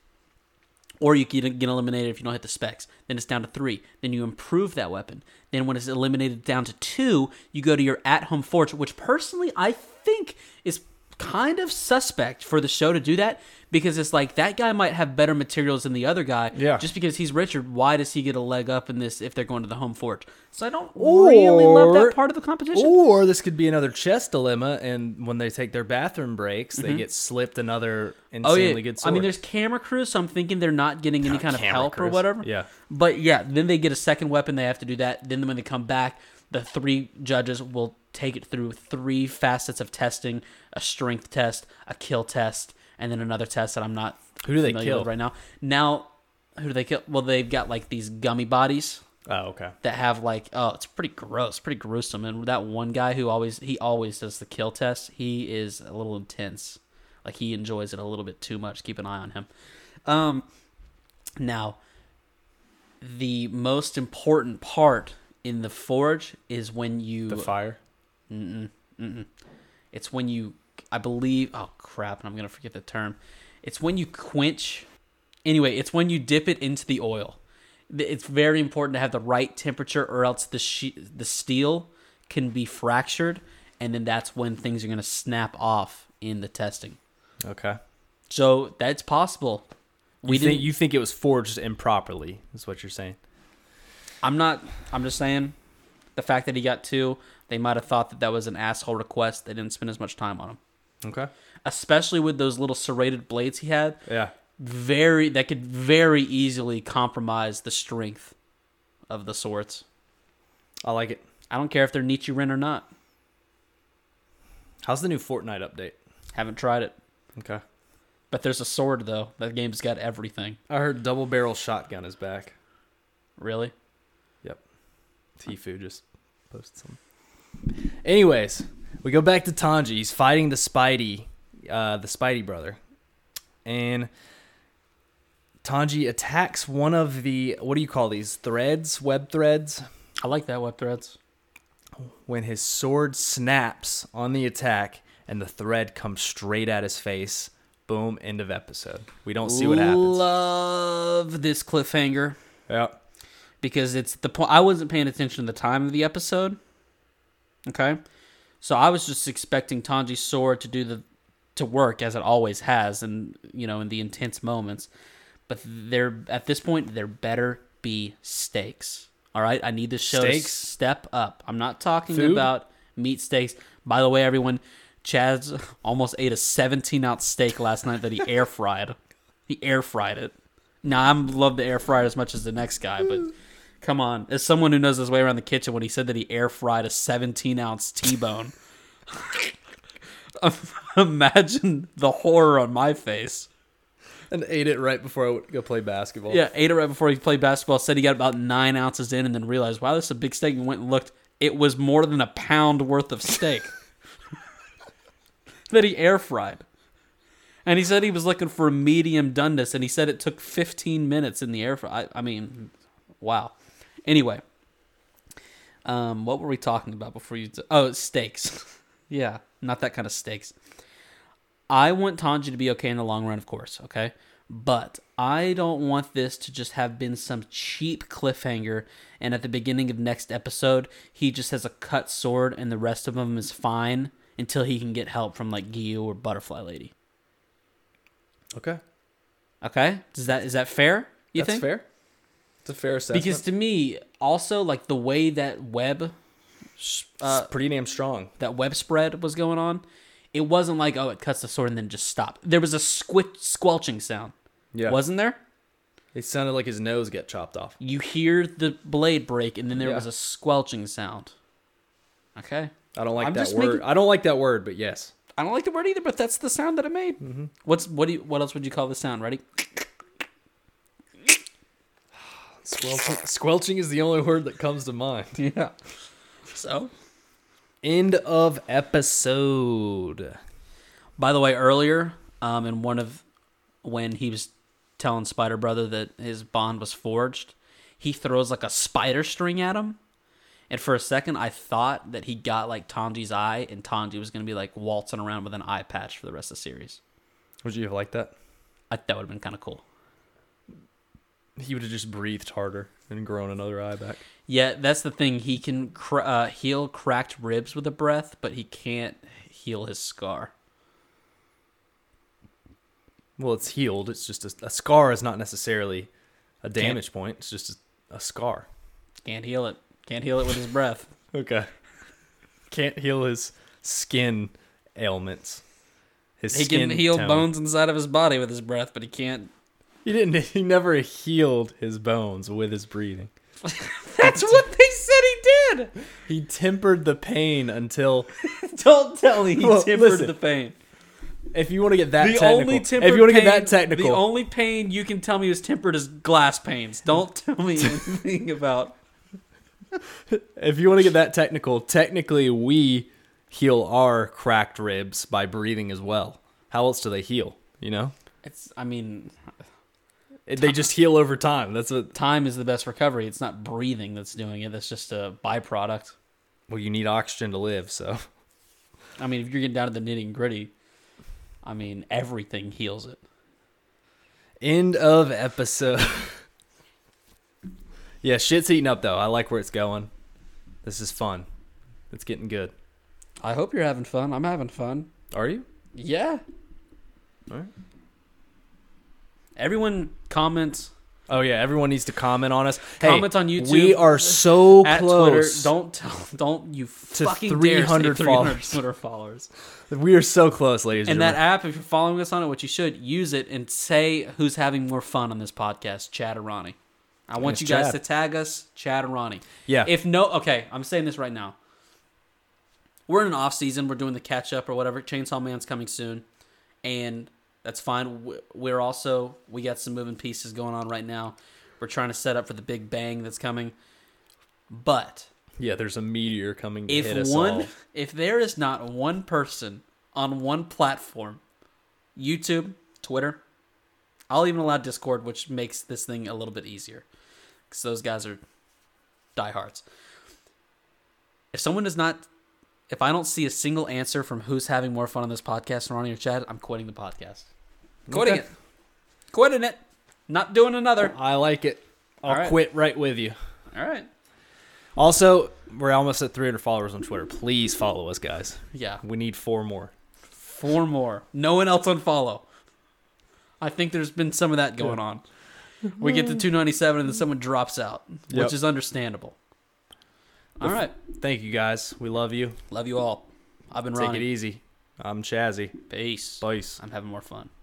Or you can get eliminated if you don't hit the specs. Then it's down to three. Then you improve that weapon. Then when it's eliminated down to two, you go to your at home forge, which personally I think is kind of suspect for the show to do that because it's like that guy might have better materials than the other guy. Yeah. Just because he's Richard, why does he get a leg up in this if they're going to the home forge? So I don't really love Or- that part of the competition. Or this could be another chess dilemma, and when they take their bathroom breaks, they get slipped another insanely good sword. Mm-hmm. Oh, I mean, there's camera crews, so I'm thinking they're not getting any kind of camera help or crews. whatever. Yeah. But yeah, then they get a second weapon. They have to do that. Then when they come back, the three judges will take it through three facets of testing: a strength test, a kill test, and then another test that I'm not Who do they familiar kill? with right now. Now, who do they kill? Well, they've got like these gummy bodies oh, okay. that have like oh it's pretty gross pretty gruesome and that one guy who always he always does the kill test he is a little intense like he enjoys it a little bit too much keep an eye on him um now the most important part in the forge is when you The fire. it's when you i believe oh crap i'm gonna forget the term it's when you quench anyway it's when you dip it into the oil Th- it's very important to have the right temperature or else the she- the steel can be fractured and then that's when things are gonna snap off in the testing Okay. so that's possible we You think, didn't you think it was forged improperly? Is what you're saying? i'm not i'm just saying the fact that he got two they might have thought that that was an asshole request they didn't spend as much time on him Okay. especially with those little serrated blades he had Yeah. very that could very easily compromise the strength of the swords. I like it. I don't care if they're Nichiren or not. How's the new Fortnite update? Haven't tried it. Okay. But there's a sword though. That game's got everything. I heard double barrel shotgun is back. Really? Yep. Tfue just posted something. Anyways, we go back to Tanji. He's fighting the Spidey, uh, the Spidey brother, and Tanji attacks one of the what do you call these threads, web threads? I like that web threads. When his sword snaps on the attack and the thread comes straight at his face. Boom! End of episode. We don't see what happens. Love this cliffhanger Yep. because it's the point. I wasn't paying attention to the time of the episode. Okay, so I was just expecting Tanji's sword to do the to work as it always has, and you know, in the intense moments. But there, at this point, there better be stakes. All right, I need this show to Stakes? step up. I'm not talking Food? about meat steaks. By the way, everyone, Chaz almost ate a 17 ounce steak last night that he air fried. He air fried it. Now I'm love the air fryer as much as the next guy, but come on, as someone who knows his way around the kitchen, when he said that he air fried a 17 ounce T-bone, imagine the horror on my face. and ate it right before I would go play basketball. Yeah, ate it right before he played basketball. Said he got about nine ounces in, and then realized, wow, this is a big steak. And went and looked. It was more than a pound worth of steak that he air fried. And he said he was looking for a medium Dundas, and he said it took 15 minutes in the air fry. I, I mean, wow. Anyway, um, what were we talking about before you? T- oh, steaks. yeah, not that kind of steaks. I want Tanji to be okay in the long run, of course, okay? But I don't want this to just have been some cheap cliffhanger and at the beginning of next episode, he just has a cut sword and the rest of him is fine until he can get help from like Gyu or Butterfly Lady. Okay. Okay? Does that is that fair? You That's think? fair. It's a fair assessment. Because to me, also like the way that web it's pretty damn strong. that web spread was going on, it wasn't like oh it cuts the sword and then just stop. There was a squit squelching sound. Yeah. Wasn't there? It sounded like his nose got chopped off. you hear the blade break and then there Yeah. was a squelching sound okay I don't like I'm that just word. making- I don't like that word, but yes. i don't like the word either but that's the sound that it made what's what do you, what else would you call the sound ready Squelching, squelching is the only word that comes to mind. yeah so End of episode. by the way earlier um in one of when he was telling spider brother that his bond was forged he throws like a spider string at him and for a second i thought that he got like tanji's eye and tanji was going to be like waltzing around with an eye patch for the rest of the series Would you have liked that? I, that would have been kind of cool He would have just breathed harder and grown another eye back. Yeah, that's the thing. He can cr- uh, heal cracked ribs with a breath, but he can't heal his scar. Well, it's healed. It's just a, a scar is not necessarily a damage point. It's just a, a scar. Can't heal it. Can't heal it with his breath. Okay. Can't heal his skin ailments. His He skin can heal tone. bones inside of his body with his breath, but he can't. He didn't. He never healed his bones with his breathing. That's what they said he did. He tempered the pain until. Don't tell me he Well, tempered listen. the pain. If you want to get that The technical, only tempered if you want to get pain- that technical, the only pain you can tell me was tempered is glass panes. Don't tell me anything about. if you want to get that technical, technically we heal our cracked ribs by breathing as well. How else do they heal? You know, It's. I mean, they just heal over time. That's what. time is the best recovery. It's not breathing that's doing it. That's just a byproduct. Well, you need oxygen to live, so I mean, if you're getting down to the nitty gritty, I mean, everything heals it. End of episode. yeah, shit's heating up though. I like where it's going. This is fun. It's getting good. I hope you're having fun. I'm having fun. Are you? Yeah. All right. Everyone comments Oh yeah, everyone needs to comment on us. Comments on YouTube, We are so at close. Twitter. Don't tell. Don't you To fucking 300 300 dare say 300 followers. Twitter followers. We are so close, ladies and And that gentlemen. app, if you're following us on it, what you should use it and say who's having more fun on this podcast, Chad or Ronnie. I want It's you guys Chad. to tag us, Chad or Ronnie. Yeah. If no, okay, I'm saying this right now. We're in an off season. We're doing the catch up or whatever. Chainsaw Man's coming soon, and that's fine. We- We're also we got some moving pieces going on right now. We're trying to set up for the Big Bang that's coming. But yeah, there's a meteor coming to hit if us one all. if there is not one person on one platform youtube twitter i'll even allow discord which makes this thing a little bit easier because those guys are diehards if someone does not if i don't see a single answer from who's having more fun on this podcast ronnie or chad i'm quitting the podcast quitting Okay. it quitting it not doing another I like it. I'll All right. quit right with you. all right Also, we're almost at 300 followers on Twitter. Please follow us, guys. yeah We need four more. Four more. No one else unfollow. I think there's been some of that going on. We get to 297 and then someone drops out, Yep. which is understandable. All right. Thank you guys. We love you. Love you all. I've been Take it Ronnie. easy. I'm Chazzy. Peace. Peace. I'm having more fun.